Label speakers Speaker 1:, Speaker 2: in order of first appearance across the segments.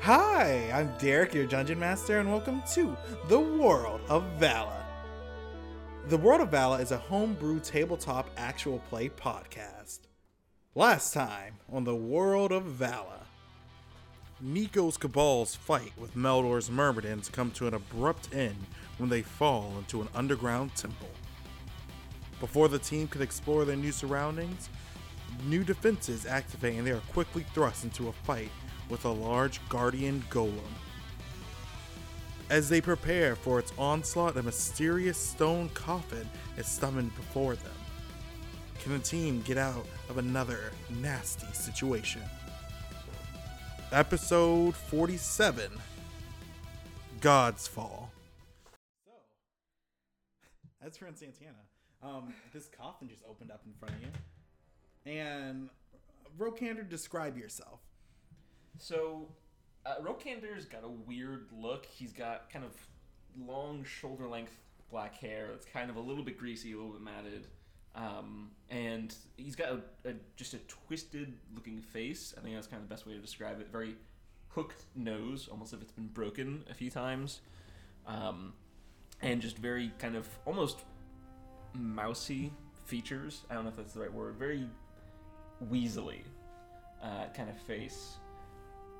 Speaker 1: Hi, I'm Derek, your Dungeon Master, and welcome to The World of Vala. The World of Vala is a homebrew tabletop actual play podcast. Last time on The World of Vala, Miko's Cabal's fight with Meldor's Myrmidons come to an abrupt end when they fall into an underground temple. Before the team can explore their new surroundings, new defenses activate and they are quickly thrust into a fight with a large guardian golem. As they prepare for its onslaught, a mysterious stone coffin is summoned before them. Can the team get out of another nasty situation? Episode 47 God's Fall. So, that's Fran Santana. Um, this coffin just opened up in front of you. And, Rokander, describe yourself.
Speaker 2: So, uh, Rokander's got a weird look. He's got kind of long shoulder length black hair. It's kind of a little bit greasy, a little bit matted. Um, and he's got a, a, just a twisted looking face. I think that's kind of the best way to describe it. Very hooked nose, almost if it's been broken a few times. Um, and just very kind of almost mousy features. I don't know if that's the right word. Very weaselly uh, kind of face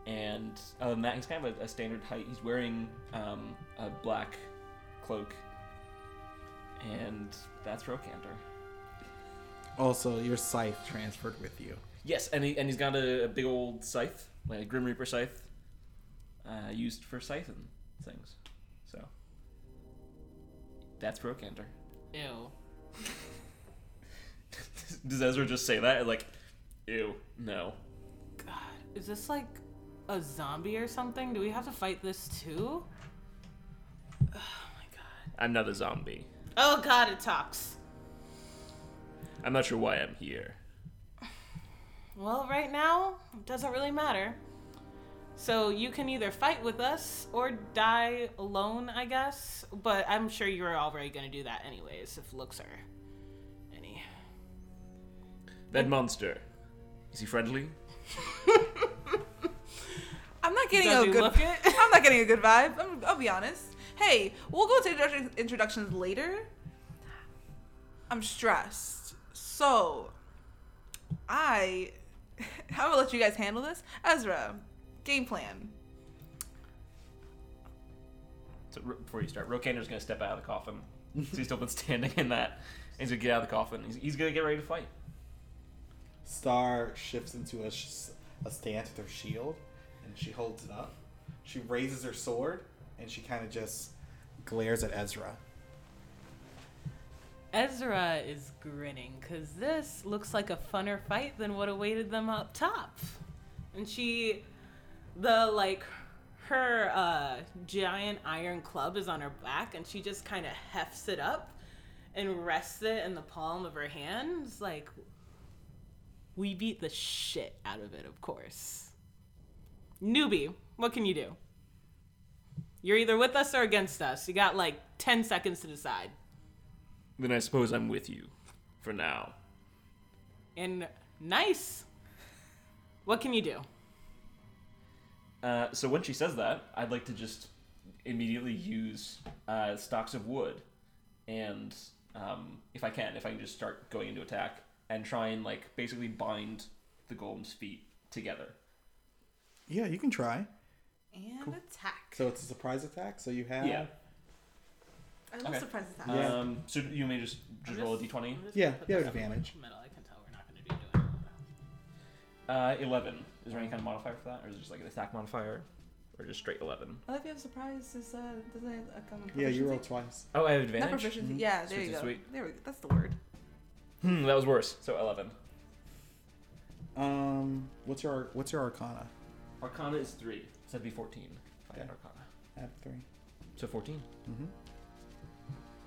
Speaker 2: and other than that, he's kind of a, a standard height. He's wearing um, a black cloak, and that's Rokander.
Speaker 1: Also, your scythe transferred with you.
Speaker 2: Yes, and he and he's got a, a big old scythe, like a Grim Reaper scythe, uh, used for scything things. So that's Rokander.
Speaker 3: Ew.
Speaker 2: Does Ezra just say that? Like, ew, no.
Speaker 3: God. Is this like a zombie or something? Do we have to fight this too? Oh my god.
Speaker 2: I'm not a zombie.
Speaker 3: Oh god, it talks.
Speaker 2: I'm not sure why I'm here.
Speaker 3: Well, right now, it doesn't really matter. So you can either fight with us or die alone, I guess. But I'm sure you're already gonna do that anyways, if looks are any.
Speaker 2: That monster. Is he friendly?
Speaker 4: I'm not getting
Speaker 3: Does
Speaker 4: a
Speaker 3: he
Speaker 4: oh, good.
Speaker 3: look it?
Speaker 4: I'm not getting a good vibe. I'm, I'll be honest. Hey, we'll go to introduction- introductions later. I'm stressed, so I. I'm gonna let you guys handle this. Ezra, game plan.
Speaker 2: So r- before you start, Rokander's gonna step out of the coffin. so he's still been standing in that. He's gonna get out of the coffin. He's, he's gonna get ready to fight.
Speaker 1: Star shifts into a, sh- a stance with her shield, and she holds it up. She raises her sword, and she kind of just glares at Ezra.
Speaker 3: Ezra is grinning because this looks like a funner fight than what awaited them up top. And she, the like, her uh, giant iron club is on her back and she just kind of hefts it up and rests it in the palm of her hand. It's like, we beat the shit out of it, of course. Newbie, what can you do? You're either with us or against us. You got like 10 seconds to decide.
Speaker 2: Then I suppose I'm with you, for now.
Speaker 3: and nice. What can you do?
Speaker 2: Uh, so when she says that, I'd like to just immediately use uh, stocks of wood, and um, if I can, if I can just start going into attack and try and like basically bind the golem's feet together.
Speaker 1: Yeah, you can try.
Speaker 4: And attack.
Speaker 1: So it's a surprise attack. So you have
Speaker 2: Yeah.
Speaker 4: I love
Speaker 2: Okay.
Speaker 4: surprise attacks.
Speaker 1: Yeah.
Speaker 2: Um, so you may just, just roll a d20.
Speaker 1: Yeah, you have advantage.
Speaker 3: Metal, I can tell we're not going to be doing.
Speaker 2: Uh, Eleven. Is there any kind of modifier for that, or is it just like an attack modifier, or just straight eleven?
Speaker 4: I love you have surprise. Is uh, does that uh, come with
Speaker 1: yeah, you
Speaker 4: proficiency?
Speaker 1: roll twice.
Speaker 2: Oh, I have
Speaker 4: Not
Speaker 2: advantage.
Speaker 4: proficiency. Yeah, there
Speaker 2: Sweet,
Speaker 4: you
Speaker 2: sweet,
Speaker 4: go.
Speaker 2: sweet.
Speaker 4: There we go. That's the word.
Speaker 2: Hmm, that was worse. So eleven.
Speaker 1: Um, what's your what's your Arcana?
Speaker 2: Arcana is three. So that'd be fourteen. If I had
Speaker 1: Okay.
Speaker 2: Arcana.
Speaker 1: At three.
Speaker 2: So fourteen.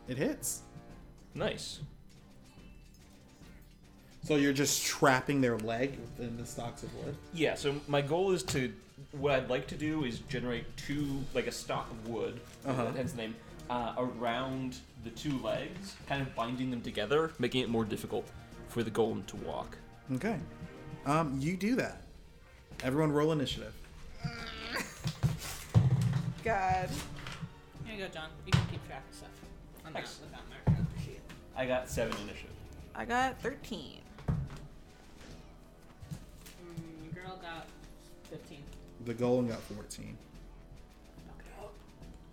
Speaker 1: It hits.
Speaker 2: Nice.
Speaker 1: So you're just trapping their leg within the stalks of wood.
Speaker 2: Yeah, so my goal is to. What I'd like to do is generate two, like a stock of wood,
Speaker 1: Uh-huh.
Speaker 2: hence the name, uh, around the two legs, kind of binding them together, making it more difficult for the golem to walk.
Speaker 1: Okay. Um, you do that. Everyone roll initiative.
Speaker 4: god.
Speaker 3: Here you go, John. You can keep track of stuff. I'm not
Speaker 2: Thanks.
Speaker 3: without marker. I appreciate it.
Speaker 2: I got seven initiative.
Speaker 4: I got 13.
Speaker 3: Mm, girl got 15.
Speaker 1: The golem got 14.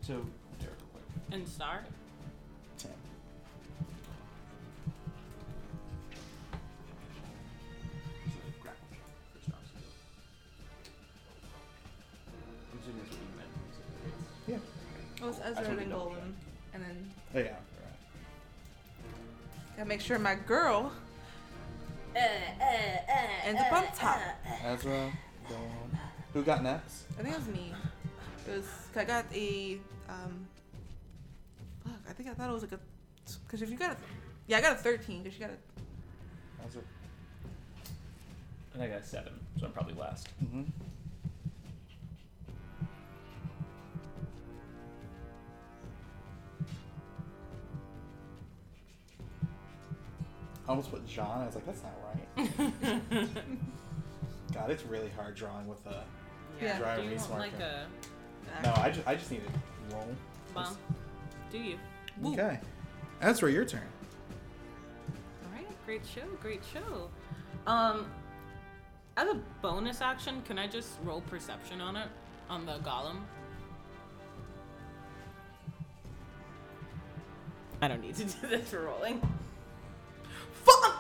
Speaker 2: So Derek, real quick.
Speaker 3: And Star?
Speaker 1: 10.
Speaker 2: So grapple check first off. so- I'm assuming that's what you meant. when you said that.
Speaker 1: Yeah.
Speaker 4: It was
Speaker 2: I just wanted
Speaker 4: Ezra
Speaker 2: to
Speaker 4: and
Speaker 2: double
Speaker 4: Golem. And then
Speaker 1: Oh, yeah.
Speaker 4: gotta make sure my girl ends up on top.
Speaker 1: uh, Ezra, golem. Who got next?
Speaker 4: I think it was me. It was 'cause I got a um. Fuck, I think I thought it was like a. Cause if you got a, yeah, I got a thirteen. Cause you got a.
Speaker 1: Ezra.
Speaker 2: And I got seven, so I'm probably last.
Speaker 1: Mm-hmm. I almost put John. I was like, that's not right. God, it's really hard drawing with a.
Speaker 4: Yeah.
Speaker 1: Dry
Speaker 3: Do you
Speaker 1: erase
Speaker 3: want like
Speaker 1: marker.
Speaker 3: a
Speaker 1: No, I just, I just need to roll.
Speaker 3: mom? Do you?
Speaker 4: Woo.
Speaker 1: Okay. Ezra, your turn.
Speaker 3: All right, great show, great show. Um, as a bonus action, can I just roll perception on it on the golem? I don't need to do this for rolling. Fuck!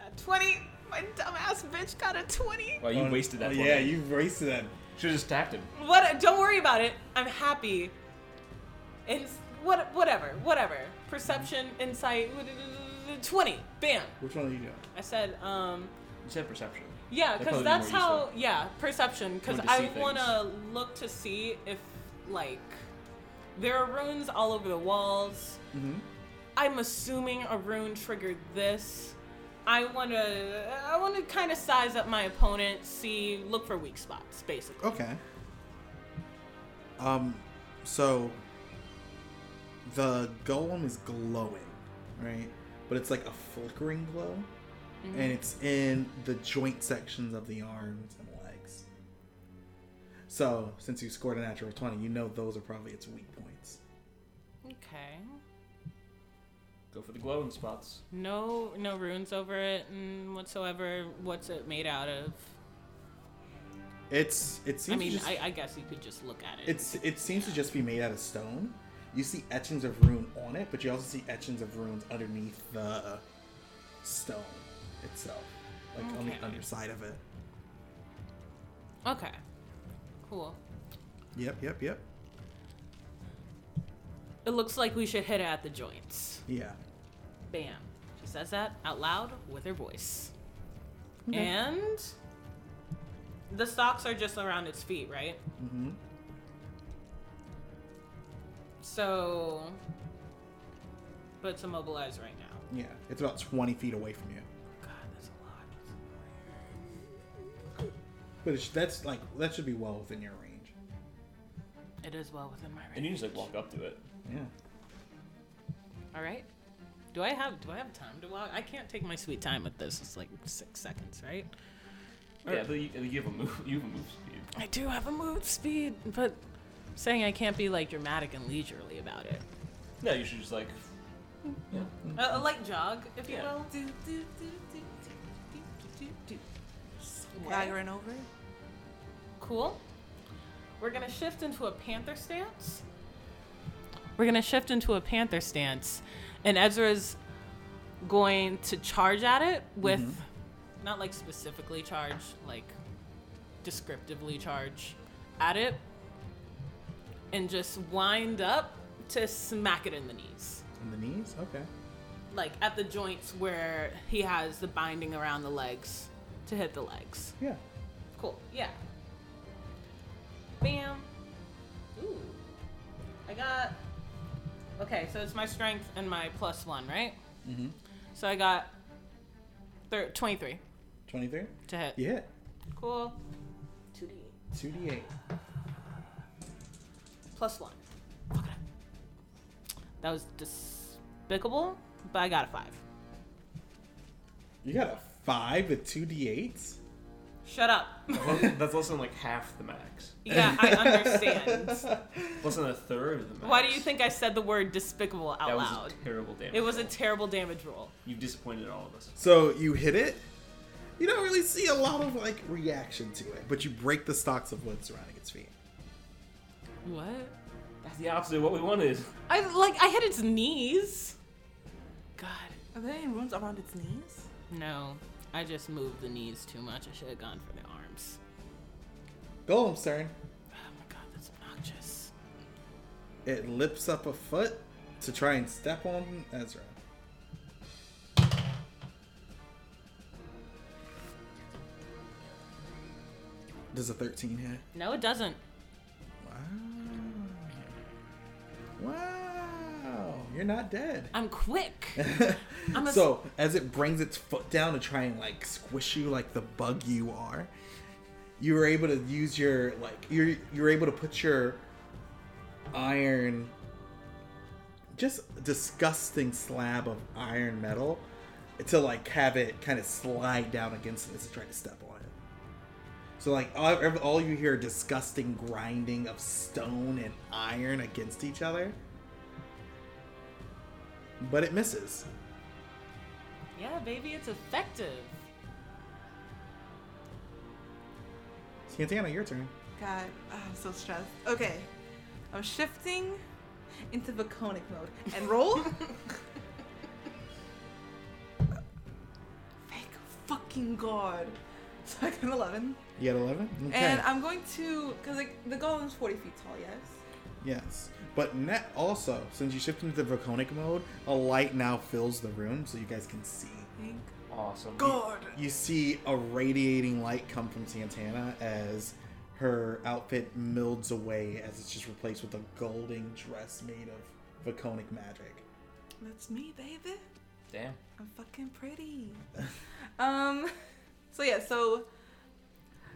Speaker 3: A twenty. My dumbass bitch got a twenty.
Speaker 2: Well, you
Speaker 1: Oh,
Speaker 2: wasted that.
Speaker 1: oh,
Speaker 2: for
Speaker 1: yeah,
Speaker 2: me.
Speaker 1: you wasted that.
Speaker 2: should have just tapped him.
Speaker 3: What? Don't worry about it. I'm happy. And what? Whatever. Whatever. Perception, insight. Twenty. Bam.
Speaker 1: Which one are you doing?
Speaker 3: I said. Um.
Speaker 2: You said perception.
Speaker 3: Yeah,
Speaker 2: That'd
Speaker 3: because
Speaker 2: probably be
Speaker 3: that's
Speaker 2: more
Speaker 3: how. Yeah, perception. Because
Speaker 2: Going to see
Speaker 3: I
Speaker 2: things.
Speaker 3: want to look to see if, like, there are runes all over the walls.
Speaker 1: Mm-hmm.
Speaker 3: I'm assuming a rune triggered this. I want to. I want to kind of size up my opponent, see, look for weak spots, basically.
Speaker 1: Okay. Um, so the golem is glowing, right? But it's like a flickering glow,
Speaker 3: Mm-hmm.
Speaker 1: and it's in the joint sections of the arms and legs. So, since you scored a natural 20, you know those are probably its weak points.
Speaker 3: Okay.
Speaker 2: Go for the glowing spots.
Speaker 3: No, no runes over it and whatsoever. What's it made out of?
Speaker 1: It's it seems
Speaker 3: I
Speaker 1: to
Speaker 3: mean,
Speaker 1: just-
Speaker 3: I, I guess you could just look at it.
Speaker 1: It's it seems to just be made out of stone. You see etchings of rune on it, but you also see etchings of runes underneath the stone itself, like on the
Speaker 3: Okay.
Speaker 1: underside of it.
Speaker 3: okay. Cool.
Speaker 1: Yep, yep, yep.
Speaker 3: It looks like we should hit it at the joints.
Speaker 1: Yeah.
Speaker 3: Bam. She says that out loud with her voice. And the socks are just around its feet, right?
Speaker 1: Mm-hmm.
Speaker 3: So. But it's immobilized right now.
Speaker 1: Yeah. It's about twenty feet away from you,
Speaker 3: God, that's a lot.
Speaker 1: but it's, that's like that should be well within your range.
Speaker 3: It is well within my
Speaker 2: And
Speaker 3: range.
Speaker 2: you just like walk up to it.
Speaker 1: Yeah.
Speaker 3: All right. Do I have do I have time to walk? I can't take my sweet time with this. It's like six seconds, right? Or-
Speaker 2: Yeah, but you, you have a move. You have a move speed.
Speaker 3: I do have a move speed, but saying I can't be like dramatic and leisurely about it.
Speaker 2: No, you should just like. Mm-hmm. Yeah.
Speaker 3: Uh, A, a light jog, if you
Speaker 2: Yeah.
Speaker 3: will.
Speaker 4: Do, do, do, do, do, do, do, do. Staggering over.
Speaker 3: Cool. We're gonna shift into a panther stance. We're gonna shift into a panther stance, and Ezra's going to charge at it with, not like specifically charge, like descriptively charge at it, and just wind up to smack it in the knees,
Speaker 1: In the knees. Okay.
Speaker 3: like at the joints where he has the binding around the legs to hit the legs.
Speaker 1: Yeah.
Speaker 3: Cool. Yeah. Bam. Ooh. I got. Okay, so it's my strength and my plus one, right?
Speaker 1: Mm-hmm.
Speaker 3: So I got thir- 23
Speaker 1: Twenty-three.
Speaker 3: to hit.
Speaker 1: Yeah.
Speaker 3: Cool. 2D.
Speaker 1: Two d eight.
Speaker 3: Plus one. Fuck it up. That was despicable, but I got a five.
Speaker 1: You got a five with two d eights.
Speaker 3: Shut up.
Speaker 2: That's- That's less than like half the max.
Speaker 3: Yeah, I understand.
Speaker 2: Less than a third of the max.
Speaker 3: Why do you think I said the word despicable out
Speaker 2: that was
Speaker 3: loud?
Speaker 2: a terrible damage?
Speaker 3: It was a
Speaker 2: roll.
Speaker 3: terrible damage roll.
Speaker 2: you disappointed all of us.
Speaker 1: So you hit it. You don't really see a lot of like reaction to it, but you break the stalks of wood surrounding its feet.
Speaker 3: What?
Speaker 2: That's the opposite of what we wanted.
Speaker 3: I like I hit its knees. God.
Speaker 4: Are there any runes around its knees?
Speaker 3: No. I just moved the knees too much. I should have gone for the arms.
Speaker 1: Golem's turn.
Speaker 3: Oh my god, that's obnoxious.
Speaker 1: It lips up a foot to try and step on Ezra. Does a 13 hit?
Speaker 3: No, it doesn't.
Speaker 1: Wow. Wow. You're not dead.
Speaker 3: I'm quick. I'm a-
Speaker 1: so, as it brings its foot down to try and like squish you like the bug you are, you were able to use your like you're you're able to put your iron just disgusting slab of iron metal to like have it kind of slide down against it as it tried to step on it. So like all, ev- all you hear are disgusting grinding of stone and iron against each other. But it misses.
Speaker 3: Yeah, baby, it's effective.
Speaker 1: Santana, your turn.
Speaker 4: God, ah, I'm so stressed. Okay, I'm shifting into Vaconic mode and roll. Thank fucking God. So I got an 11.
Speaker 1: You got 11? Okay.
Speaker 4: And I'm going to, because like, the golem's 40 feet tall, yes?
Speaker 1: yes. But net also, since you shifted into the Draconic mode, a light now fills the room so you guys can see.
Speaker 4: Thank
Speaker 2: Awesome.
Speaker 4: God.
Speaker 1: You see a radiating light come from Santana as her outfit melds away as it's just replaced with a golden dress made of Draconic magic.
Speaker 4: That's me, baby.
Speaker 2: Damn.
Speaker 4: I'm fucking pretty. um, so yeah, so,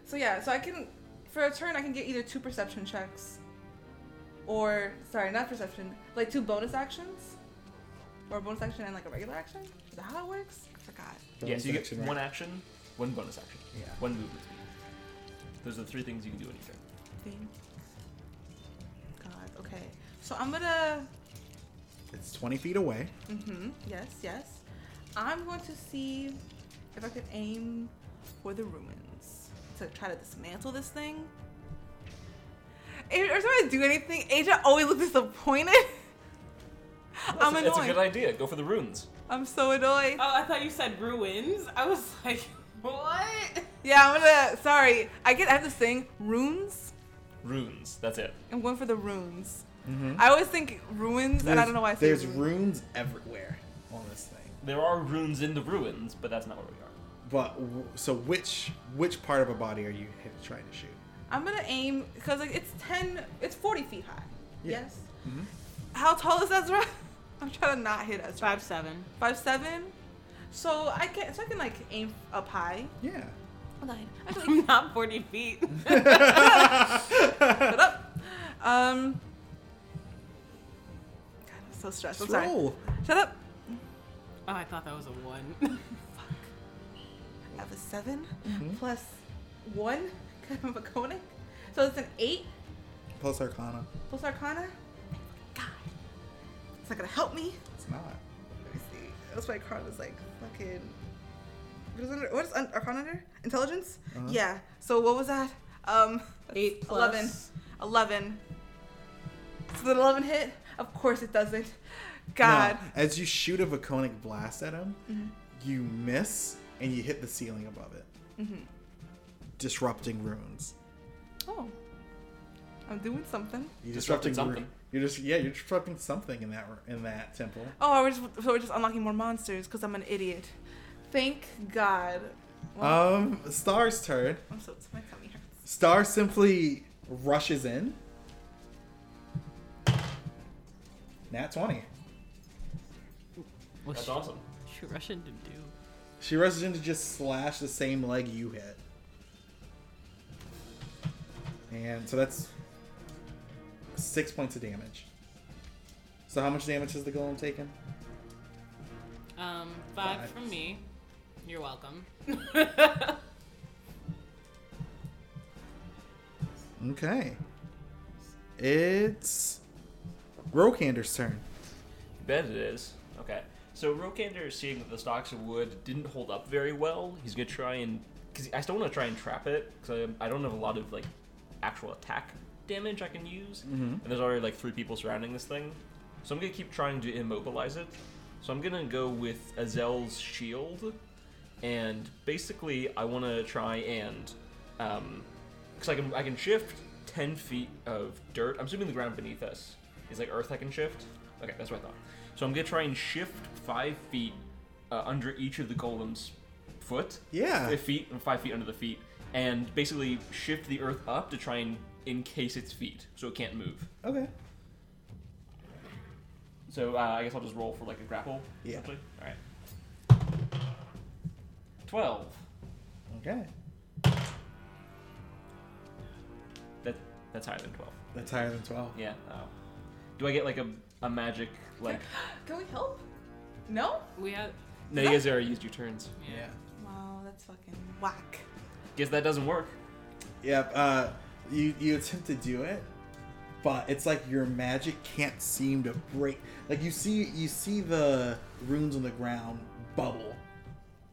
Speaker 4: so yeah, so I can, for a turn, I can get either two perception checks, or sorry, not perception, like two bonus actions, or a bonus action and like a regular action. Is that how it works? I forgot.
Speaker 2: yeah, so you get
Speaker 1: Action, right?
Speaker 2: one action, one bonus action,
Speaker 1: Yeah.
Speaker 2: one movement speed. Those are the three things you can do in each turn.
Speaker 4: Thank God. Okay, so I'm gonna.
Speaker 1: It's 20 feet away.
Speaker 4: Mm-hmm. Yes, yes. I'm going to see if I can aim for the ruins to try to dismantle this thing. Every every time I do anything, Aja always looks disappointed. I'm
Speaker 2: That's a- That's a
Speaker 4: annoyed.
Speaker 2: good idea. Go for the runes.
Speaker 4: I'm so annoyed.
Speaker 3: Oh, I thought you said ruins. I was like, what?
Speaker 4: Yeah, I'm gonna. Sorry, I get. I have this thing. Runes.
Speaker 2: Runes. That's it.
Speaker 4: I'm going for the runes.
Speaker 1: Mm-hmm.
Speaker 4: I always think ruins, and I don't know why I say
Speaker 1: There's
Speaker 4: runes.
Speaker 1: runes everywhere on this thing.
Speaker 2: There are runes in the ruins, but that's not where we are.
Speaker 1: But w- so which which part of a body are you hit- trying to shoot?
Speaker 4: I'm gonna aim because like it's ten, it's forty feet high.
Speaker 1: Yeah.
Speaker 4: Yes.
Speaker 1: Mhm.
Speaker 4: How tall is Ezra? I'm trying to not hit Ezra.
Speaker 3: Five seven.
Speaker 4: Five seven. So I can so I can like aim up high.
Speaker 1: Yeah.
Speaker 4: Hold on. I can like,
Speaker 3: I'm not forty feet.
Speaker 4: shut up. Um. God, I'm so stressed. I'm sorry.
Speaker 1: Roll.
Speaker 4: Shut up.
Speaker 3: Oh, I thought that was a one.
Speaker 4: I have a 7
Speaker 1: Mm-hmm.
Speaker 4: plus one because I'm a conic. So it's an eight
Speaker 1: Plus Arcana.
Speaker 4: plus Arcana. God, it's not gonna help me.
Speaker 1: It's not. Uh-huh.
Speaker 4: Let me see. That's why Carl was like fucking. What is under? What is un- Arcana under? Intelligence?
Speaker 1: Uh-huh.
Speaker 4: Yeah. So what was that? Um, that's
Speaker 3: Eight plus.
Speaker 4: eleven. Eleven. So did eleven hit? Of course it doesn't. God. Mm-hmm.
Speaker 1: Now, as you shoot a Vaconic blast at him, you miss and you hit the ceiling above it,
Speaker 4: Mhm.
Speaker 1: disrupting runes.
Speaker 4: Oh. I'm doing something.
Speaker 1: You
Speaker 2: Disrupting
Speaker 1: ru-
Speaker 2: something.
Speaker 1: You're just yeah, you're disrupting something in that ru- in that temple.
Speaker 4: Oh, I was so we're just unlocking more monsters because I'm an idiot. Thank God. Well,
Speaker 1: Um, Star's turn.
Speaker 4: I'm so my tummy hurts.
Speaker 1: Star simply rushes in. Nat twenty.
Speaker 2: That's
Speaker 3: What's she,
Speaker 2: awesome.
Speaker 3: she rushing to do?
Speaker 1: She rushes in to just slash the same leg you hit. And so that's six points of damage. So how much damage has the golem taken?
Speaker 3: Um, five,
Speaker 1: Five.
Speaker 3: from me. You're welcome.
Speaker 1: Okay. It's Rokander's turn.
Speaker 2: Bet it is. Okay. So Rokander is seeing that the stalks of wood didn't hold up very well. He's gonna try and because I still want to try and trap it because I, I don't have a lot of like actual attack damage I can use, and there's already like three people surrounding this thing. So I'm gonna keep trying to immobilize it. So I'm gonna go with Azel's shield, and basically I want to try and um, because I can I can shift ten feet of dirt. I'm assuming the ground beneath us is like earth. I can shift. Okay, that's what I thought. So I'm gonna try and shift five feet uh, under each of the golem's foot.
Speaker 1: Yeah.
Speaker 2: Five feet and five feet under the feet, and basically shift the earth up to try and encase its feet so it can't move.
Speaker 1: Okay.
Speaker 2: So uh, I guess I'll just roll for like a grapple.
Speaker 1: Yeah.
Speaker 2: essentially. All right. Twelve.
Speaker 1: Okay.
Speaker 2: That that's higher than twelve.
Speaker 1: That's higher than 12.
Speaker 2: Yeah. Oh. Do I get like a, a magic like?
Speaker 4: Can we help? No?
Speaker 3: We have.
Speaker 2: no, you guys already used your turns.
Speaker 1: Yeah.
Speaker 4: Wow, that's fucking whack.
Speaker 2: Guess that doesn't work.
Speaker 1: Yep. Uh, you you attempt to do it, but it's like your magic can't seem to break. Like you see you see the runes on the ground bubble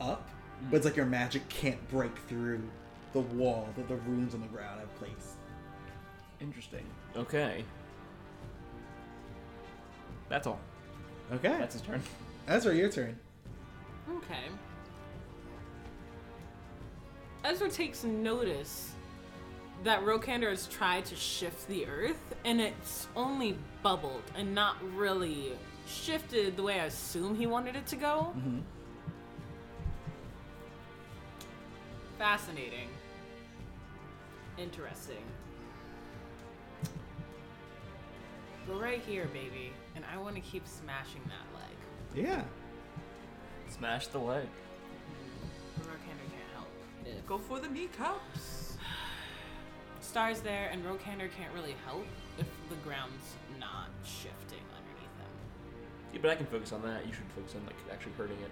Speaker 1: up, but it's like your magic can't break through the wall that the runes on the ground have placed.
Speaker 2: Interesting. Okay. That's all.
Speaker 1: Okay.
Speaker 2: That's his turn.
Speaker 1: Ezra, your turn.
Speaker 3: Okay. Ezra takes notice that Rokander has tried to shift the earth, and it's only bubbled and not really shifted the way I assume he wanted it to go. Fascinating. Interesting. We're right here, baby, and I want to keep smashing that leg.
Speaker 1: Yeah.
Speaker 2: Smash the leg.
Speaker 3: Rokander can't help. If
Speaker 4: Go for the kneecaps.
Speaker 3: Star's there, and Rokander can't really help if the ground's not shifting underneath him.
Speaker 2: Yeah, but I can focus on that. You should focus on like actually hurting it.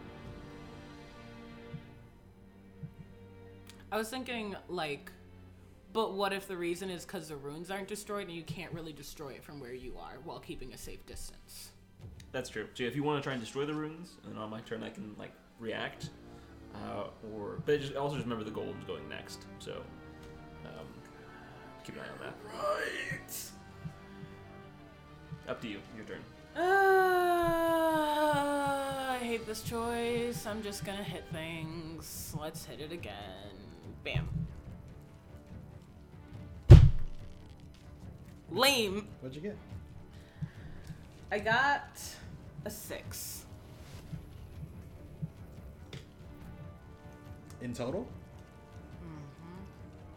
Speaker 3: I was thinking, like, but what if the reason is because the runes aren't destroyed and you can't really destroy it from where you are while keeping a safe distance?
Speaker 2: That's true. So if you want to try and destroy the runes, and on my turn I can like react, uh, or but just, also just remember the golem's going next. So um, keep an eye on that.
Speaker 4: Right.
Speaker 2: Up to you. Your turn.
Speaker 3: Uh, Ah, I hate this choice. I'm just gonna hit things. Let's hit it again. Bam. Lame.
Speaker 1: What'd you get?
Speaker 3: I got a six.
Speaker 1: In total?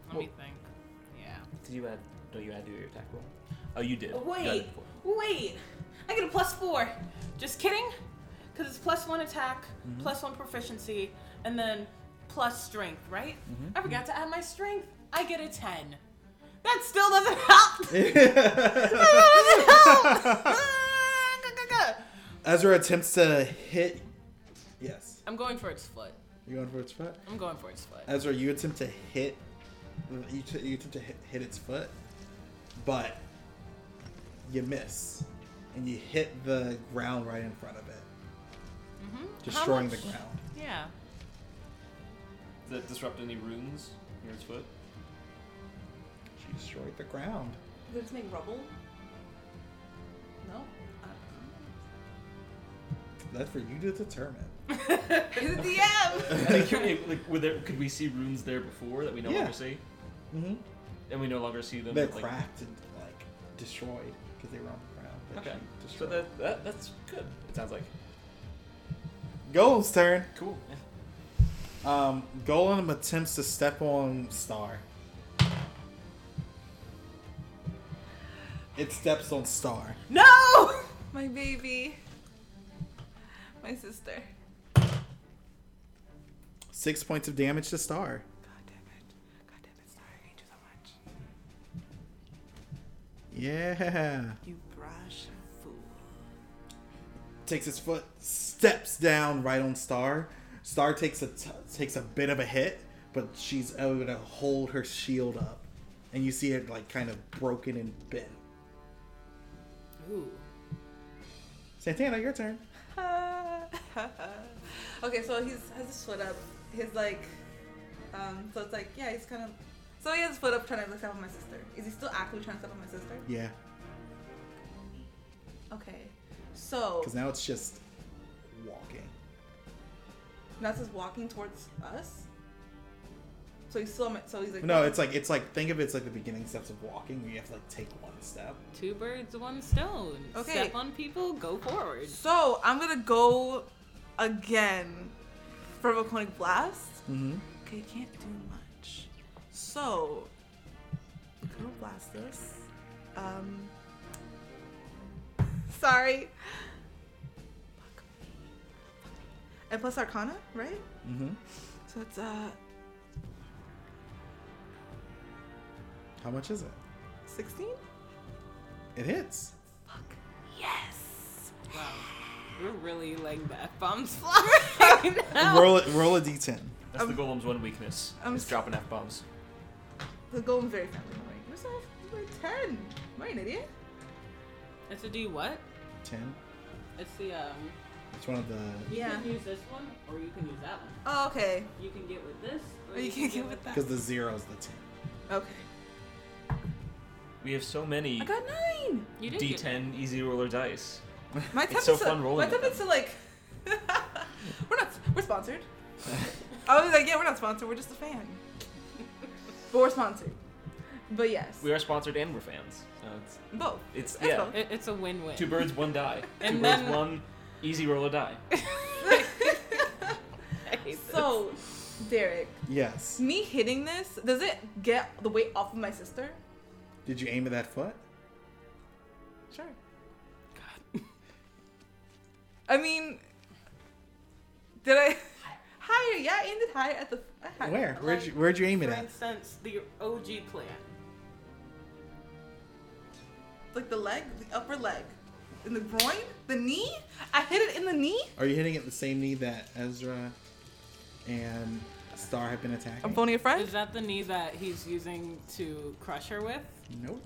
Speaker 3: Let me think. Yeah.
Speaker 2: Did you add? No, you add to your attack roll. Oh, you did. You added
Speaker 3: Wait,
Speaker 2: four.
Speaker 3: wait. I get a plus four. Just kidding. Because it's plus one attack, plus one proficiency, and then plus strength, right? I forgot to add my strength. I get a 10. That still doesn't help.
Speaker 1: Ezra attempts to hit. Yes.
Speaker 3: I'm going for its foot.
Speaker 1: You going for its foot?
Speaker 3: I'm going for its foot.
Speaker 1: Ezra, you attempt to hit, you, t- you attempt to hit, hit its foot, but you miss, and you hit the ground right in front of it, destroying the
Speaker 3: much?
Speaker 1: ground.
Speaker 3: Yeah.
Speaker 2: Does that disrupt any runes near its foot?
Speaker 1: She destroyed the ground.
Speaker 4: Does it make rubble? No?
Speaker 1: That's for you to determine.
Speaker 4: Is it
Speaker 2: I
Speaker 4: DM?
Speaker 2: think you- like, were there, could we see runes there before that we no
Speaker 1: Yeah.
Speaker 2: longer see?
Speaker 1: Mm-hmm.
Speaker 2: And we no longer see them.
Speaker 1: They're
Speaker 2: like,
Speaker 1: cracked and like destroyed because they were on the ground. that
Speaker 2: Okay.
Speaker 1: she
Speaker 2: So
Speaker 1: destroyed.
Speaker 2: that, that that's good. It sounds like
Speaker 1: Golem's turn.
Speaker 2: cool. Yeah.
Speaker 1: Um, Golem attempts to step on Star. It steps on Star.
Speaker 4: No! My baby. My sister.
Speaker 1: Six points of damage to Star.
Speaker 4: God damn it. God damn it, sorry, I hate you so much.
Speaker 1: Yeah.
Speaker 4: You brash fool.
Speaker 1: Takes his foot, steps down right on Star. Star takes a t- takes a bit of a hit, but she's able to hold her shield up and you see it like kind of broken and bent.
Speaker 3: Ooh.
Speaker 1: Santana, your turn.
Speaker 4: okay, so he's has his foot up. He's like, um, so it's like, yeah, he's kind of. So he has his foot up trying to like, step on my sister. Is he still actively trying to step on my sister?
Speaker 1: Yeah,
Speaker 4: Okay. So
Speaker 1: because now it's just walking.
Speaker 4: Ness is walking towards us. So he's still. on my- So he's like.
Speaker 1: No, it's like it's like think of it's like the beginning steps of walking where you have to like take one step.
Speaker 3: Two birds, one stone.
Speaker 4: Okay.
Speaker 3: Step on people, go forward.
Speaker 4: So I'm gonna go again for Volcanic Blast.
Speaker 1: Mm-hmm.
Speaker 4: Okay, you can't do much. So, gonna blast this. Um, sorry. Fuck me. Fuck me. And plus Arcana, right?
Speaker 1: Mm-hmm.
Speaker 4: So it's uh
Speaker 1: How much is it?
Speaker 4: 16.
Speaker 1: It hits.
Speaker 4: Fuck. Yes.
Speaker 3: Wow. We're really like the F bombs flying now.
Speaker 1: Roll it. Roll a d10.
Speaker 2: That's
Speaker 4: I'm-
Speaker 2: the golem's one weakness. is
Speaker 4: I'm Um, s-
Speaker 2: dropping f bombs.
Speaker 4: The golem's very friendly. I'm like, where's that? It's like 10. Am I an idiot?
Speaker 3: It's a D what?
Speaker 1: Ten.
Speaker 3: It's the um.
Speaker 1: It's one of the.
Speaker 3: You
Speaker 4: Yeah.
Speaker 3: can use this one, or you can use that one.
Speaker 4: Oh, okay.
Speaker 3: You can get with this, or
Speaker 4: Oh, you can get with that.
Speaker 1: Because the zero is the ten.
Speaker 4: Okay.
Speaker 2: We have so many
Speaker 4: I got nine.
Speaker 3: You did get it.
Speaker 2: D10 easy roller dice.
Speaker 4: My
Speaker 2: It's
Speaker 4: tip
Speaker 2: so
Speaker 4: is to,
Speaker 2: fun rolling
Speaker 4: My tip
Speaker 2: with
Speaker 4: is to like. we're not. We're sponsored. I was like, yeah, we're not sponsored. We're just a fan. but we're sponsored. But yes,
Speaker 2: We are sponsored and we're fans. So it's
Speaker 4: both.
Speaker 2: it's
Speaker 4: That's
Speaker 2: yeah.
Speaker 4: fun.
Speaker 3: It- It's a win-win.
Speaker 2: Two birds, one die. Two
Speaker 3: And
Speaker 2: birds,
Speaker 3: then-
Speaker 2: one easy roller die.
Speaker 3: I hate this.
Speaker 4: So, Derek,
Speaker 1: Yes.
Speaker 4: me hitting this does it get the weight off of my sister?
Speaker 1: Did you aim at that foot?
Speaker 4: Sure. I mean, did I higher? Yeah, I ended higher at the. I had-
Speaker 1: Where? Where'd you
Speaker 3: like,
Speaker 1: Where'd you aim it
Speaker 3: For
Speaker 1: at?
Speaker 3: instance, the OG player.
Speaker 4: Like the leg, the upper leg, in the groin, the knee. I hit it in the knee.
Speaker 1: Are you hitting it the same knee that Ezra and Star have been attacking?
Speaker 4: I'm phoning a friend.
Speaker 3: Is that the knee that he's using to crush her with?
Speaker 1: Nope.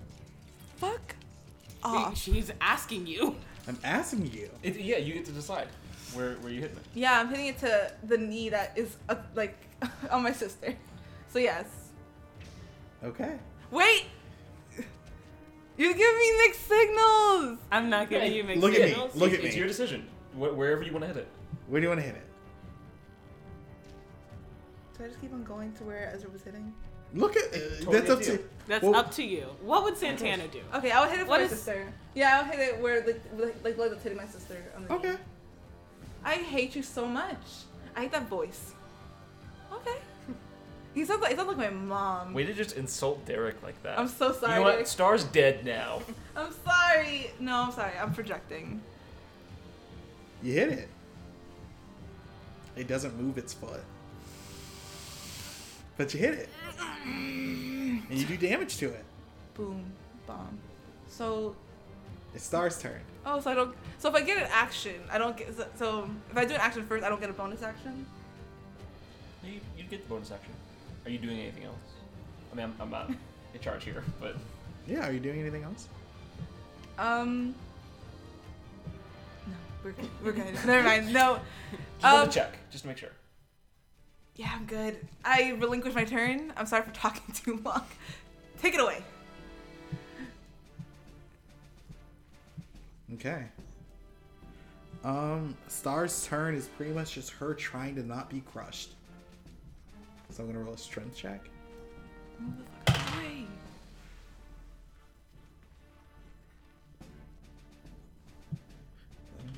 Speaker 4: Fuck
Speaker 3: Oh,
Speaker 4: off.
Speaker 3: He's asking you.
Speaker 1: I'm asking you.
Speaker 2: It, yeah, you get to decide where where you hit them.
Speaker 4: Yeah, I'm hitting it to the knee that is uh, like on my sister. So yes.
Speaker 1: Okay.
Speaker 4: Wait. You give me mixed signals.
Speaker 3: I'm not giving you mixed
Speaker 1: Look at me.
Speaker 3: signals.
Speaker 1: Look
Speaker 2: it's,
Speaker 1: at
Speaker 2: it's
Speaker 1: me.
Speaker 2: your decision. Wh- wherever you want to hit it.
Speaker 1: Where do you want to hit it?
Speaker 4: Do I just keep on going to where Ezra was hitting?
Speaker 1: Look at. uh,
Speaker 2: totally
Speaker 1: that's up
Speaker 2: up to
Speaker 1: to.
Speaker 2: you.
Speaker 3: That's
Speaker 1: Well-
Speaker 3: up to you. What would Santana do?
Speaker 4: Okay, I'll hit it for
Speaker 3: What
Speaker 4: my
Speaker 3: is-
Speaker 4: sister. Yeah, I'll hit it where like like like, like that's hitting my sister on the knee.
Speaker 1: Okay.
Speaker 4: I hate you so much. I hate that voice. Okay. He sounds like he sounds like my mom.
Speaker 2: Way to just insult Derek like that.
Speaker 4: Um, I'm so sorry.
Speaker 2: You know what?
Speaker 4: Derek.
Speaker 2: Star's dead now.
Speaker 4: I'm sorry. No, I'm sorry. I'm projecting.
Speaker 1: You hit it. It doesn't move its foot. But you hit it. And you do damage to it.
Speaker 4: Boom, bomb. So
Speaker 1: It's Star's turn.
Speaker 4: Oh, so I don't. So if I get an action, I don't get. So, so if I do an action first, I don't get a bonus action.
Speaker 2: You, you get the bonus action. Are you doing anything else? I mean, I'm, I'm not in charge here, but
Speaker 1: Yeah, are you doing anything else?
Speaker 4: Um. No, we're good. We're good. Never mind. No.
Speaker 2: just
Speaker 4: Um,
Speaker 2: want to check, just to make sure.
Speaker 4: yeah, I'm good. I relinquish my turn. I'm sorry for talking too long. Take it away.
Speaker 1: Okay. Um, Star's turn is pretty much just her trying to not be crushed. So I'm gonna roll a strength check.
Speaker 4: Move the fuck away.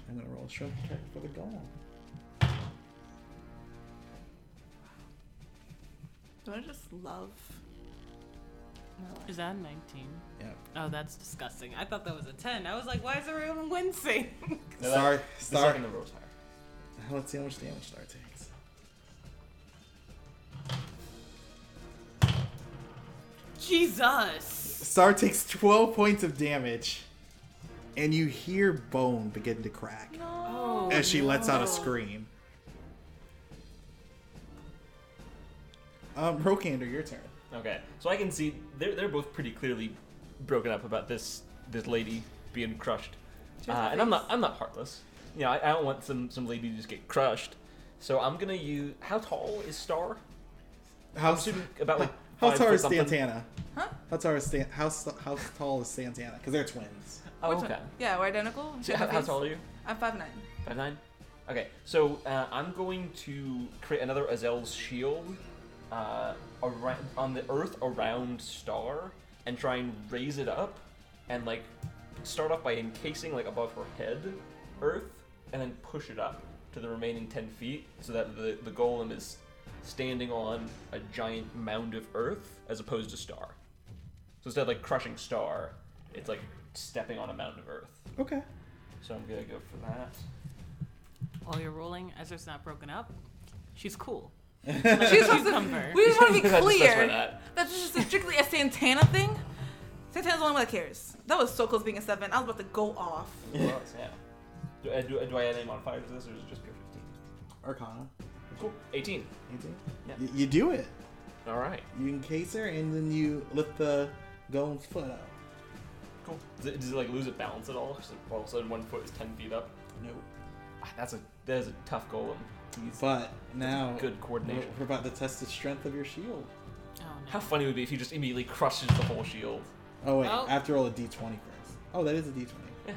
Speaker 1: I'm gonna roll a strength check for the golem.
Speaker 4: Do I just love? my life?
Speaker 3: Is that 19?
Speaker 1: Yep.
Speaker 3: Oh, that's disgusting. I thought that was a 10. I was like, why is everyone wincing?
Speaker 2: No,
Speaker 1: Star-
Speaker 2: that- the
Speaker 1: Star-
Speaker 2: second number was higher.
Speaker 1: Let's see how much damage Star takes.
Speaker 3: Jesus.
Speaker 1: Star takes 12 points of damage, and you hear bone begin to crack
Speaker 3: Oh.
Speaker 1: as she lets out
Speaker 3: no.
Speaker 1: a scream. Um, Rokander, your turn.
Speaker 2: Okay, so I can see they're they're both pretty clearly broken up about this this lady being crushed,
Speaker 4: Turn
Speaker 2: uh,
Speaker 4: her
Speaker 2: and I'm not
Speaker 4: face.
Speaker 2: I'm not heartless. You know, I, I don't want some some lady to just get crushed. So I'm gonna use how tall is Star?
Speaker 1: How,
Speaker 2: assuming about, like,
Speaker 1: how
Speaker 2: five
Speaker 1: tall
Speaker 2: foot
Speaker 1: is
Speaker 2: something.
Speaker 1: Santana?
Speaker 4: Huh?
Speaker 1: How tall is Stan- how, s- how tall is Santana? Because they're twins.
Speaker 2: Oh,
Speaker 4: Which
Speaker 2: okay.
Speaker 4: One? Yeah, we're identical.
Speaker 2: So how, how tall are you?
Speaker 4: I'm five nine.
Speaker 2: Five nine. Okay, so uh, I'm going to create another Azel's shield uh, around, on the Earth around Star and try and raise it up and like start off by encasing like above her head Earth and then push it up to the remaining ten feet so that the the golem is standing on a giant mound of Earth as opposed to Star. So instead of like crushing Star, it's like stepping on a mound of Earth.
Speaker 1: Okay.
Speaker 2: So I'm gonna go for that.
Speaker 3: While you're rolling, Ezra's not broken up. She's cool.
Speaker 4: She's supposed to-
Speaker 3: cucumber.
Speaker 4: we just want to be
Speaker 2: I just- that's
Speaker 4: clear.
Speaker 2: where that-
Speaker 4: That's just a- strictly a Santana thing. Santana's the only one that cares. That was so close being a seven. I was about to go off.
Speaker 2: Well, yeah. Do, uh, do, do I add any modifiers to this, or is it just pure 15?
Speaker 1: Arcana.
Speaker 2: Cool. 18.
Speaker 1: 18?
Speaker 2: Yeah.
Speaker 1: Y- you do it.
Speaker 2: All right.
Speaker 1: You encase her and then you lift the golem's foot out.
Speaker 2: Cool. Does it, does it like lose its balance at all? Just like, all of a sudden, one foot is 10 feet up.
Speaker 1: No.
Speaker 2: Ah, That's a that's a tough golem.
Speaker 1: But now
Speaker 2: Good
Speaker 1: we're,
Speaker 2: coordination.
Speaker 1: we're about to test the strength of your shield.
Speaker 3: Oh no.
Speaker 2: How funny it would be if he just immediately crushes the whole shield.
Speaker 1: Oh wait,
Speaker 3: Oh.
Speaker 1: I have to roll a d20 first. Oh, that is a d20.
Speaker 2: Yeah.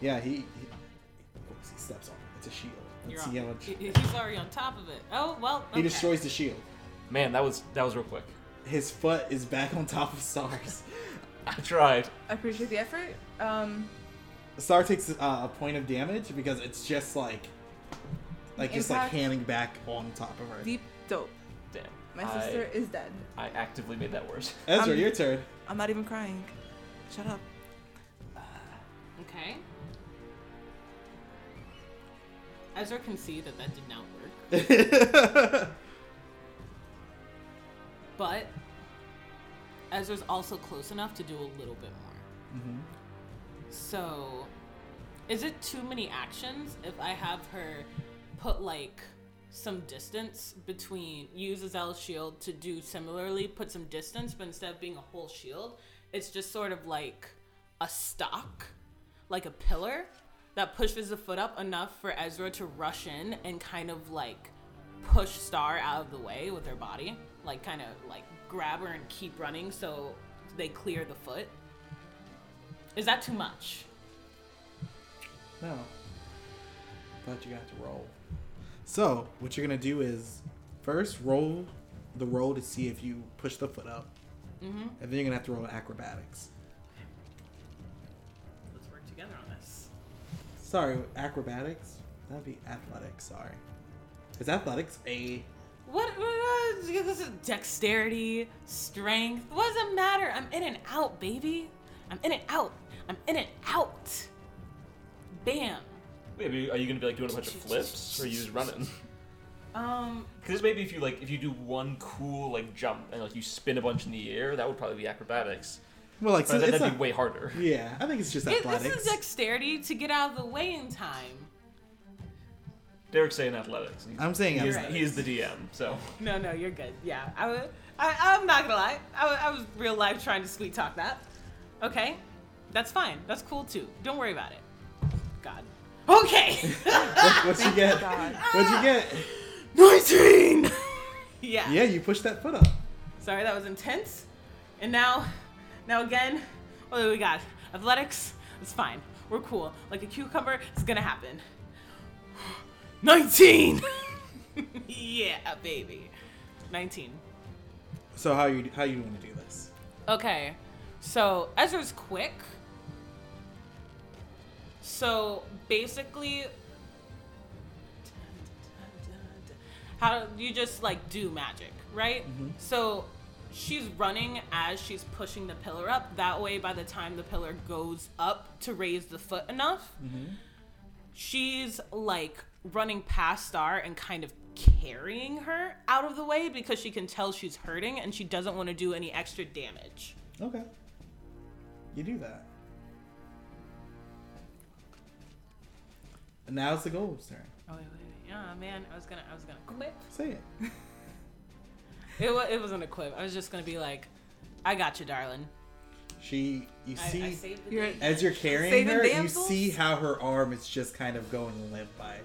Speaker 1: Yeah, he. he, oops, he steps on. it. It's a shield.
Speaker 3: You're
Speaker 1: Let's
Speaker 3: on.
Speaker 1: see how much.
Speaker 3: He- He's already on top of it. Oh well.
Speaker 1: He
Speaker 3: okay.
Speaker 1: destroys the shield.
Speaker 2: Man, that was that was real quick.
Speaker 1: His foot is back on top of Star's.
Speaker 2: I tried.
Speaker 4: I appreciate the effort. Um,
Speaker 1: Star takes uh, a point of damage because it's just like, like just like
Speaker 4: Impact.
Speaker 1: handing back on top of her.
Speaker 4: deep dope.
Speaker 2: Damn.
Speaker 4: My sister is dead.
Speaker 2: I, I actively made that worse.
Speaker 1: Ezra,
Speaker 4: I'm-
Speaker 3: um,
Speaker 1: your turn.
Speaker 4: I'm not even crying. Shut up.
Speaker 3: Okay. Ezra can see that that did not work, but Ezra's also close enough to do a little bit more.
Speaker 1: Mhm.
Speaker 3: So, is it too many actions if I have her put like some distance between use Azel's shield to do similarly, put some distance, but instead of being a whole shield, it's just sort of like a stock, like a pillar that pushes the foot up enough for Ezra to rush in and kind of like push Star out of the way with her body, like kind of like grab her and keep running so they clear the foot. Is that too much?
Speaker 1: No. But you got to roll. So, what you're going to do is first roll the roll to see if you push the foot up.
Speaker 3: Mm-hmm.
Speaker 1: And then you're going to have to roll acrobatics.
Speaker 3: Let's work together on this.
Speaker 1: Sorry, acrobatics? That'd be athletics, sorry. Is athletics a.
Speaker 3: What? what- uh, This is dexterity, strength. What does it matter? I'm in and out, baby. I'm in and out. I'm in and out. Bam.
Speaker 2: Wait, are you, are you gonna be like doing a bunch of flips, or are you just running?
Speaker 3: Um.
Speaker 2: Because maybe if you like, if you do one cool like jump and like you spin a bunch in the air, that would probably be acrobatics.
Speaker 1: Well, like,
Speaker 2: But
Speaker 1: so
Speaker 2: that,
Speaker 1: it's
Speaker 2: that'd be
Speaker 1: a-
Speaker 2: way harder.
Speaker 1: Yeah, I think it's just
Speaker 3: It,
Speaker 1: athletics.
Speaker 3: this is dexterity to get out of the way in time.
Speaker 2: Derek's saying athletics. He's-
Speaker 1: I'm saying
Speaker 2: he is,
Speaker 1: athletics.
Speaker 2: he is the DM, so
Speaker 3: No, no, you're good. Yeah, I would. I, I'm not gonna lie. I, wa- I was real life trying to sweet talk that. Okay, that's fine. That's cool too. Don't worry about it. God. Okay.
Speaker 1: What- What'd you get?
Speaker 4: God.
Speaker 1: What'd you get?
Speaker 3: Nineteen. yeah.
Speaker 1: Yeah, you pushed that foot up.
Speaker 3: Sorry, that was intense. And now, now again, what do we got? Athletics? It's fine. We're cool. Like a cucumber, it's gonna happen. 19! yeah, baby. 19.
Speaker 1: So, how you how you want to do this?
Speaker 3: Okay, so Ezra's quick. So basically, how you just like do magic, right? So she's running as she's pushing the pillar up. That way, by the time the pillar goes up to raise the foot enough, she's like running past Star and kind of carrying her out of the way because she can tell she's hurting and she doesn't want to do any extra damage.
Speaker 1: Okay. You do that. And now it's the goal's turn.
Speaker 3: Oh wait, wait, wait. Yeah, man, I was gonna, I was gonna quit.
Speaker 1: Say it.
Speaker 3: It, wa- it wasn't a quip. I was just gonna be like, I got you, darling.
Speaker 1: She, you
Speaker 3: I,
Speaker 1: see,
Speaker 3: I saved the
Speaker 4: You're-
Speaker 3: day.
Speaker 1: as you're carrying
Speaker 4: Saving
Speaker 1: her,
Speaker 4: damsels?
Speaker 1: you see how her arm is just kind of going limp by.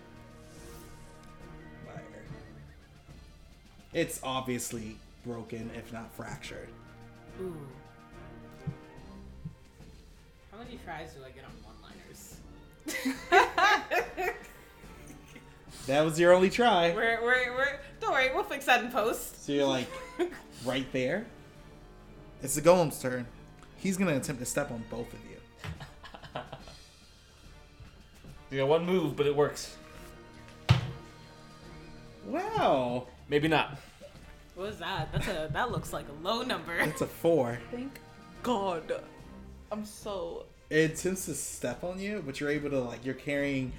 Speaker 1: by her. It's obviously broken, if not fractured.
Speaker 3: Ooh. How many tries do I get on one-liners?
Speaker 1: That was your only try.
Speaker 3: We're, we're, we're, don't worry, we'll fix that in post.
Speaker 1: So you're like right there. It's the golem's turn. He's gonna attempt to step on both of you.
Speaker 2: You got one move, but it works.
Speaker 1: Wow,
Speaker 2: Maybe not.
Speaker 3: What is that? That's a that looks like a low number.
Speaker 1: it's a four.
Speaker 4: Thank God. I'm so.
Speaker 1: It attempts to step on you, but you're able to like you're carrying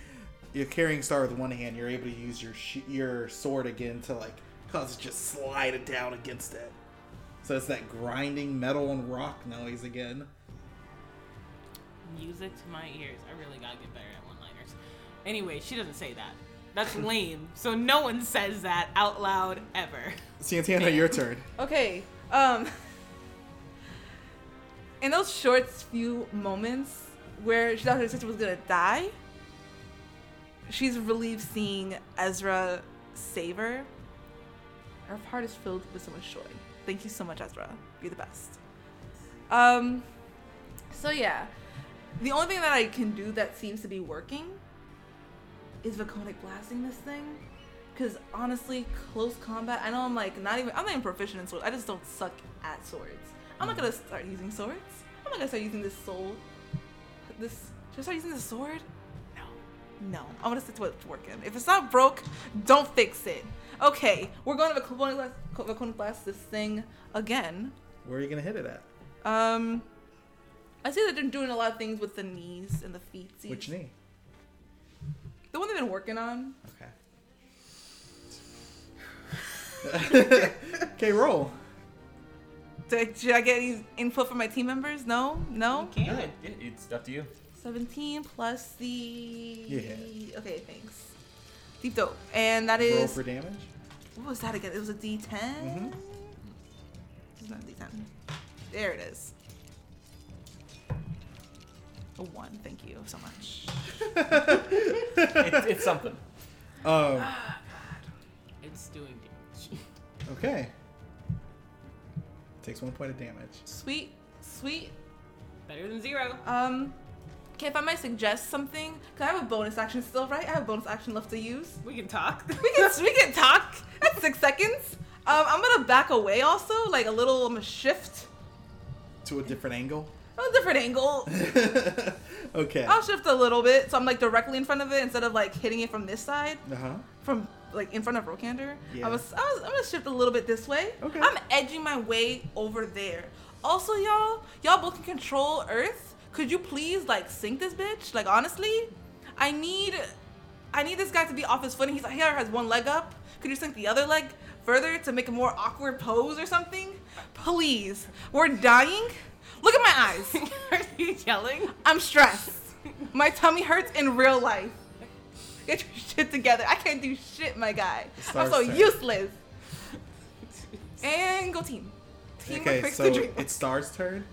Speaker 1: you're carrying Star with one hand. You're able to use your sh- your sword again to like cause it just slide it down against it. So it's that grinding metal and rock noise again.
Speaker 3: Music to my ears. I really gotta get better at one-liners. Anyway, she doesn't say that. That's lame. So no one says that out loud ever.
Speaker 1: Santana, your turn.
Speaker 4: Okay. Um. In those short few moments where she thought her sister was gonna die, she's relieved seeing Ezra save her. Her heart is filled with so much joy. Thank you so much, Ezra. You're the best. Um. So yeah, the only thing that I can do that seems to be working is Vaconic blasting this thing. Because honestly, close combat, I know I'm like not even, I'm not even proficient in swords. I just don't suck at swords. I'm
Speaker 1: Mm.
Speaker 4: not gonna start using swords. I'm not gonna start using this soul. This, should I start using this sword? No. No. I'm gonna stick to what's working. If it's not broke, don't fix it. Okay, we're going to Vaconic blast, Vaconic blast this thing again.
Speaker 1: Where are you gonna hit it at?
Speaker 4: Um, I see that they're doing a lot of things with the knees and the feet.
Speaker 1: Which knee?
Speaker 4: The one they've been working on.
Speaker 1: Okay. okay, roll.
Speaker 4: Did, should I get any input from my team members? No, no.
Speaker 3: Can't.
Speaker 2: Yeah, it- it's up to you.
Speaker 4: 17 plus the.
Speaker 1: Yeah.
Speaker 4: Okay, thanks. Deep dope. And that
Speaker 1: Roll
Speaker 4: is.
Speaker 1: for damage.
Speaker 4: What was that again? It was a D10?
Speaker 1: Mhm.
Speaker 4: It's not a D10. There it is. A one. Thank you so much.
Speaker 2: It's, it's something.
Speaker 1: Um.
Speaker 3: It's doing damage.
Speaker 1: Okay. Takes one point of damage.
Speaker 4: Sweet, sweet.
Speaker 3: Better than zero.
Speaker 4: Um, okay, if I might suggest something, because I have a bonus action still, right? I have a bonus action left to use.
Speaker 3: We can talk.
Speaker 4: we can we can talk. That's six seconds. Um, I'm gonna back away also, like a little I'm gonna shift,
Speaker 1: To a different angle.
Speaker 4: a different angle.
Speaker 1: okay.
Speaker 4: I'll shift a little bit, so I'm like directly in front of it instead of like hitting it from this side,
Speaker 1: Uh huh.
Speaker 4: from like in front of Rokander.
Speaker 1: Yeah.
Speaker 4: I was, I was I'm gonna shift a little bit this way.
Speaker 1: Okay.
Speaker 4: I'm edging my way over there. Also, y'all, y'all both can control Earth. Could you please like sink this bitch? Like honestly, I need, I need this guy to be off his footing. He's he already has one leg up. Could you sink the other leg further to make a more awkward pose or something? Please, we're dying. Look at my eyes.
Speaker 3: Are you yelling?
Speaker 4: I'm stressed. My tummy hurts in real life. Get your shit together. I can't do shit, my guy. I'm
Speaker 1: Stars
Speaker 4: so
Speaker 1: turn.
Speaker 4: useless. And go team. Team
Speaker 1: Okay,
Speaker 4: fix
Speaker 1: so
Speaker 4: the dream.
Speaker 1: it's Star's turn.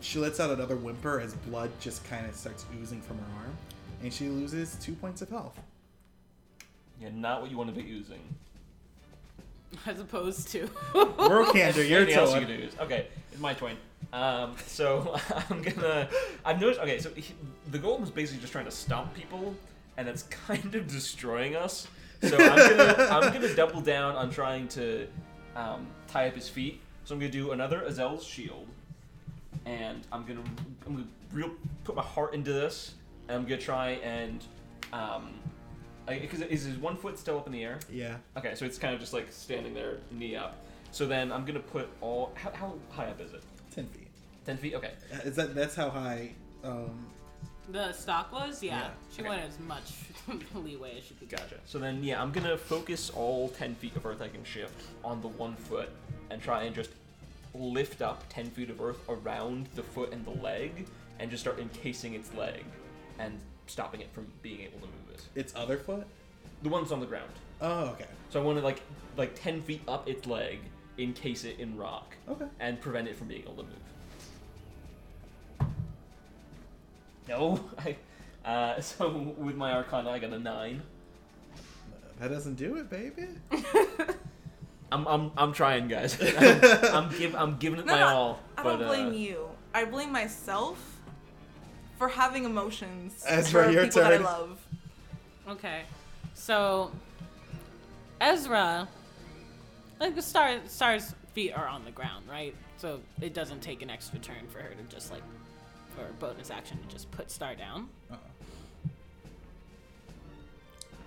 Speaker 1: She lets out another whimper as blood just kind of starts oozing from her arm, and she loses two points of health.
Speaker 2: Yeah, not what you want to be using.
Speaker 3: As opposed to.
Speaker 1: Rokander, your
Speaker 2: Anything else you
Speaker 1: turn.
Speaker 2: can use. Okay, it's my turn. Um, so I'm gonna. I've noticed. Okay, so he, the golem is basically just trying to stomp people, and that's kind of destroying us. So I'm gonna, I'm gonna double down on trying to um, tie up his feet. So I'm gonna do another Azel's shield, and I'm gonna, I'm gonna real put my heart into this, and I'm gonna try and, um, because is his one foot still up in the air?
Speaker 1: Yeah.
Speaker 2: Okay, so it's kind of just like standing there, knee up. So then I'm gonna put all. How, how high up is it?
Speaker 1: Ten feet.
Speaker 2: Ten feet. Okay.
Speaker 1: Uh, Is that that's how high? Um,
Speaker 3: The stock was? Yeah.
Speaker 1: Yeah.
Speaker 3: She
Speaker 2: Okay.
Speaker 3: wanted as much leeway as she could get.
Speaker 2: Gotcha. So then yeah, I'm gonna focus all ten feet of earth I can shift on the one foot and try and just lift up ten feet of earth around the foot and the leg and just start encasing its leg and stopping it from being able to move it.
Speaker 1: its other foot.
Speaker 2: The one's on the ground.
Speaker 1: Oh, okay.
Speaker 2: So I want to like like ten feet up its leg encase it in rock
Speaker 1: Okay.
Speaker 2: and prevent it from being able to move. No, I. Uh, so with my Arcana, I got a nine.
Speaker 1: That doesn't do it, baby.
Speaker 2: I'm I'm, I'm trying, guys. I'm, I'm, give, I'm giving it
Speaker 4: No,
Speaker 2: my
Speaker 4: no,
Speaker 2: all.
Speaker 4: I
Speaker 2: but,
Speaker 4: don't blame
Speaker 2: uh,
Speaker 4: you. I blame myself for having emotions
Speaker 1: Ezra,
Speaker 4: for
Speaker 1: your
Speaker 4: people that I
Speaker 1: turn.
Speaker 4: love.
Speaker 3: Okay. So Ezra like the star star's feet are on the ground, right? So it doesn't take an extra turn for her to just like for a bonus action to just put Star down.
Speaker 1: Uh-uh.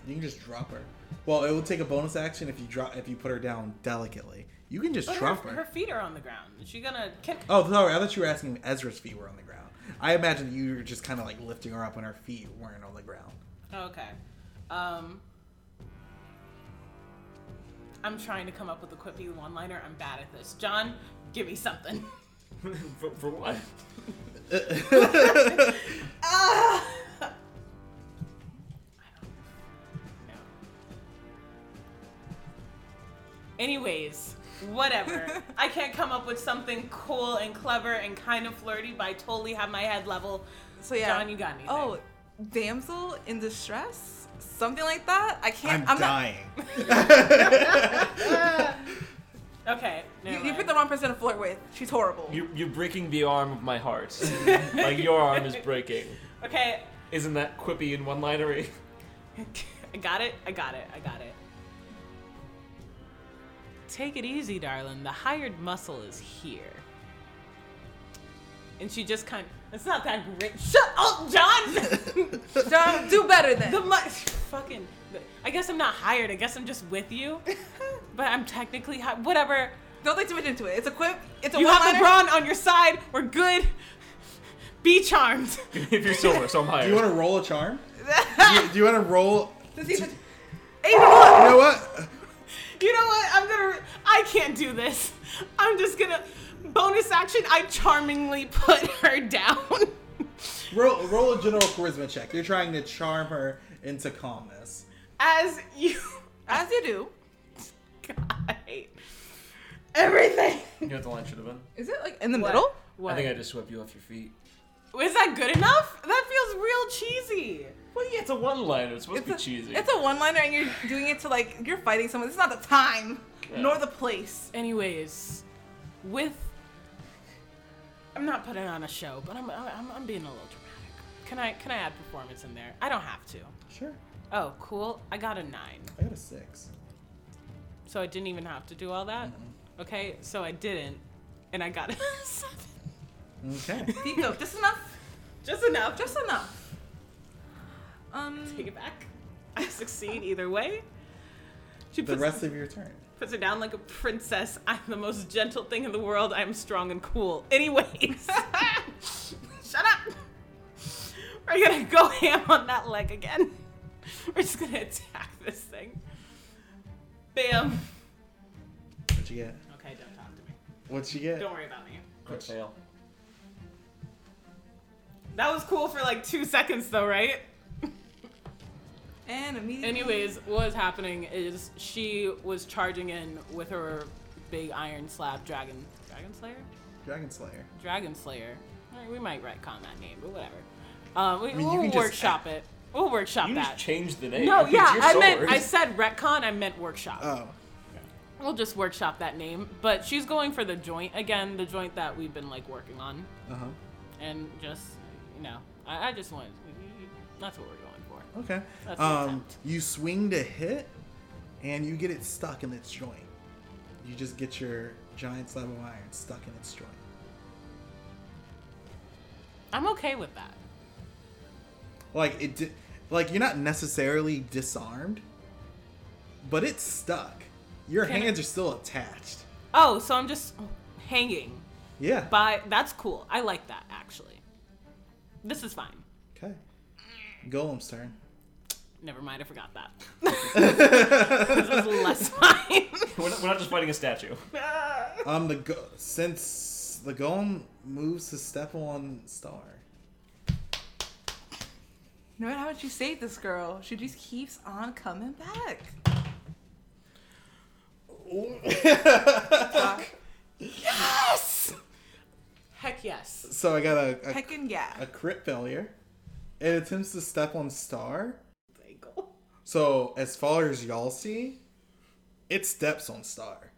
Speaker 1: You can just drop her. Well, it will take a bonus action if you drop if you put her down delicately. You can just
Speaker 3: But her,
Speaker 1: drop
Speaker 3: her feet are on the ground. Is she gonna kick
Speaker 1: Oh, sorry. I thought you were asking if Ezra's feet were on the ground. I imagine you were just kind of like lifting her up when her feet weren't on the ground.
Speaker 3: Oh, Okay. Um I'm trying to come up with a quippy one liner. I'm bad at this. John, give me something.
Speaker 2: for, for what?
Speaker 3: No. Anyways, whatever. I can't come up with something cool and clever and kind of flirty, but I totally have my head level.
Speaker 4: So yeah.
Speaker 3: John, you got anything?
Speaker 4: Oh, damsel in distress, something like that. I can't.
Speaker 1: I'm,
Speaker 4: I'm, not.
Speaker 1: dying.
Speaker 3: Okay.
Speaker 4: You,
Speaker 3: never
Speaker 4: you
Speaker 3: mind.
Speaker 4: picked the wrong person to flirt with. She's horrible.
Speaker 2: You, you're breaking the arm of my heart. like your arm is breaking.
Speaker 3: Okay.
Speaker 2: Isn't that quippy and one-linery?
Speaker 3: I got it. I got it. I got it. Take it easy, darling. The hired muscle is here. And she just kind it's not that great. Shut up, John!
Speaker 4: John, do better then.
Speaker 3: The mu- fucking. I guess I'm not hired. I guess I'm just with you. But I'm technically hi- whatever.
Speaker 4: Don't think too much into it. It's a quip. It's a
Speaker 3: You have
Speaker 4: one-liner.
Speaker 3: LeBron on your side. We're good. Be charmed.
Speaker 2: if you're silver, so I'm higher.
Speaker 1: Do you want to roll a charm? do you, do you want to roll?
Speaker 4: Does he even- Aiden, hold
Speaker 1: You
Speaker 4: on.
Speaker 1: know what?
Speaker 3: You know what? I'm gonna. I can't do this. I'm just gonna. Bonus action. I charmingly put her down.
Speaker 1: Roll, roll a general charisma check. You're trying to charm her into calmness.
Speaker 3: As you.
Speaker 4: As you do.
Speaker 3: God. Everything.
Speaker 2: You know what the line should have been?
Speaker 4: Is it like in the
Speaker 3: What?
Speaker 4: middle?
Speaker 3: What?
Speaker 2: I think I just swept you off your feet.
Speaker 3: Is that good enough? That feels real cheesy.
Speaker 2: Well, yeah, it's a one-liner. It's supposed
Speaker 4: It's
Speaker 2: to
Speaker 4: a,
Speaker 2: be cheesy.
Speaker 4: it's a one-liner, and you're doing it to like you're fighting someone. It's not the time
Speaker 2: Yeah.
Speaker 4: nor the place.
Speaker 3: anyways, with I'm not putting on a show, but I'm I'm, I'm being a little dramatic. Can I can I add performance in there? I don't have to.
Speaker 1: Sure.
Speaker 3: Oh, cool. I got a nine,
Speaker 1: I got a six.
Speaker 3: so I didn't even have to do all that. Okay, so I didn't, and I got a seven.
Speaker 1: Okay.
Speaker 4: Pico, just enough.
Speaker 3: Just enough. Just
Speaker 4: Just enough. Um.
Speaker 3: take it back. I succeed either way. She
Speaker 1: the
Speaker 3: puts,
Speaker 1: rest of your turn.
Speaker 3: puts her down like a princess. I'm the most gentle thing in the world. I'm strong and cool. Anyways, shut up. We're gonna go ham on that leg again. We're just gonna attack this thing. Bam.
Speaker 1: What'd you get?
Speaker 3: Okay, don't talk to me.
Speaker 1: What'd you get?
Speaker 3: Don't worry about me.
Speaker 2: Quick fail.
Speaker 3: That was cool for like two seconds though, right?
Speaker 4: And immediately.
Speaker 3: Anyways, what was happening is she was charging in with her big iron slab dragon dragon slayer?
Speaker 1: Dragon Slayer.
Speaker 3: Dragon Slayer. All right, we might retcon that name, but whatever. Um, we,
Speaker 1: mean, you
Speaker 3: we'll
Speaker 1: can just-
Speaker 3: workshop it. We'll workshop
Speaker 2: You just
Speaker 3: that.
Speaker 2: changed the name.
Speaker 3: No,
Speaker 2: It's
Speaker 3: yeah,
Speaker 2: your
Speaker 3: I meant
Speaker 2: sword.
Speaker 3: I said retcon. I meant workshop.
Speaker 1: Oh.
Speaker 3: We'll just workshop that name. But she's going for the joint again, the joint that we've been like working on,
Speaker 1: Uh huh.
Speaker 3: and just you know, I, I just want that's what we're going for.
Speaker 1: Okay.
Speaker 3: That's the
Speaker 1: Um,
Speaker 3: attempt.
Speaker 1: you swing to hit, and you get it stuck in its joint. You just get your giant slab of iron stuck in its joint.
Speaker 3: I'm okay with that.
Speaker 1: Like it, di- like you're not necessarily disarmed, but it's stuck. Your
Speaker 3: Can I-
Speaker 1: hands are still attached.
Speaker 3: Oh, so I'm just hanging
Speaker 1: Yeah.
Speaker 3: by. That's cool. I like that actually. This is fine.
Speaker 1: Okay. Golem's turn.
Speaker 3: Never mind, I forgot that. this was less fine.
Speaker 2: We're not, we're not just fighting a statue.
Speaker 1: Um, the go- since the golem moves to step on star.
Speaker 4: No matter how much you save this girl, she just keeps on coming back. Fuck. yes!
Speaker 3: Heck yes.
Speaker 1: so I got a, a,
Speaker 4: Heckin' yeah.
Speaker 1: a crit failure. It attempts to step on Star.
Speaker 3: Dangle.
Speaker 1: So as far as y'all see, it steps on Star.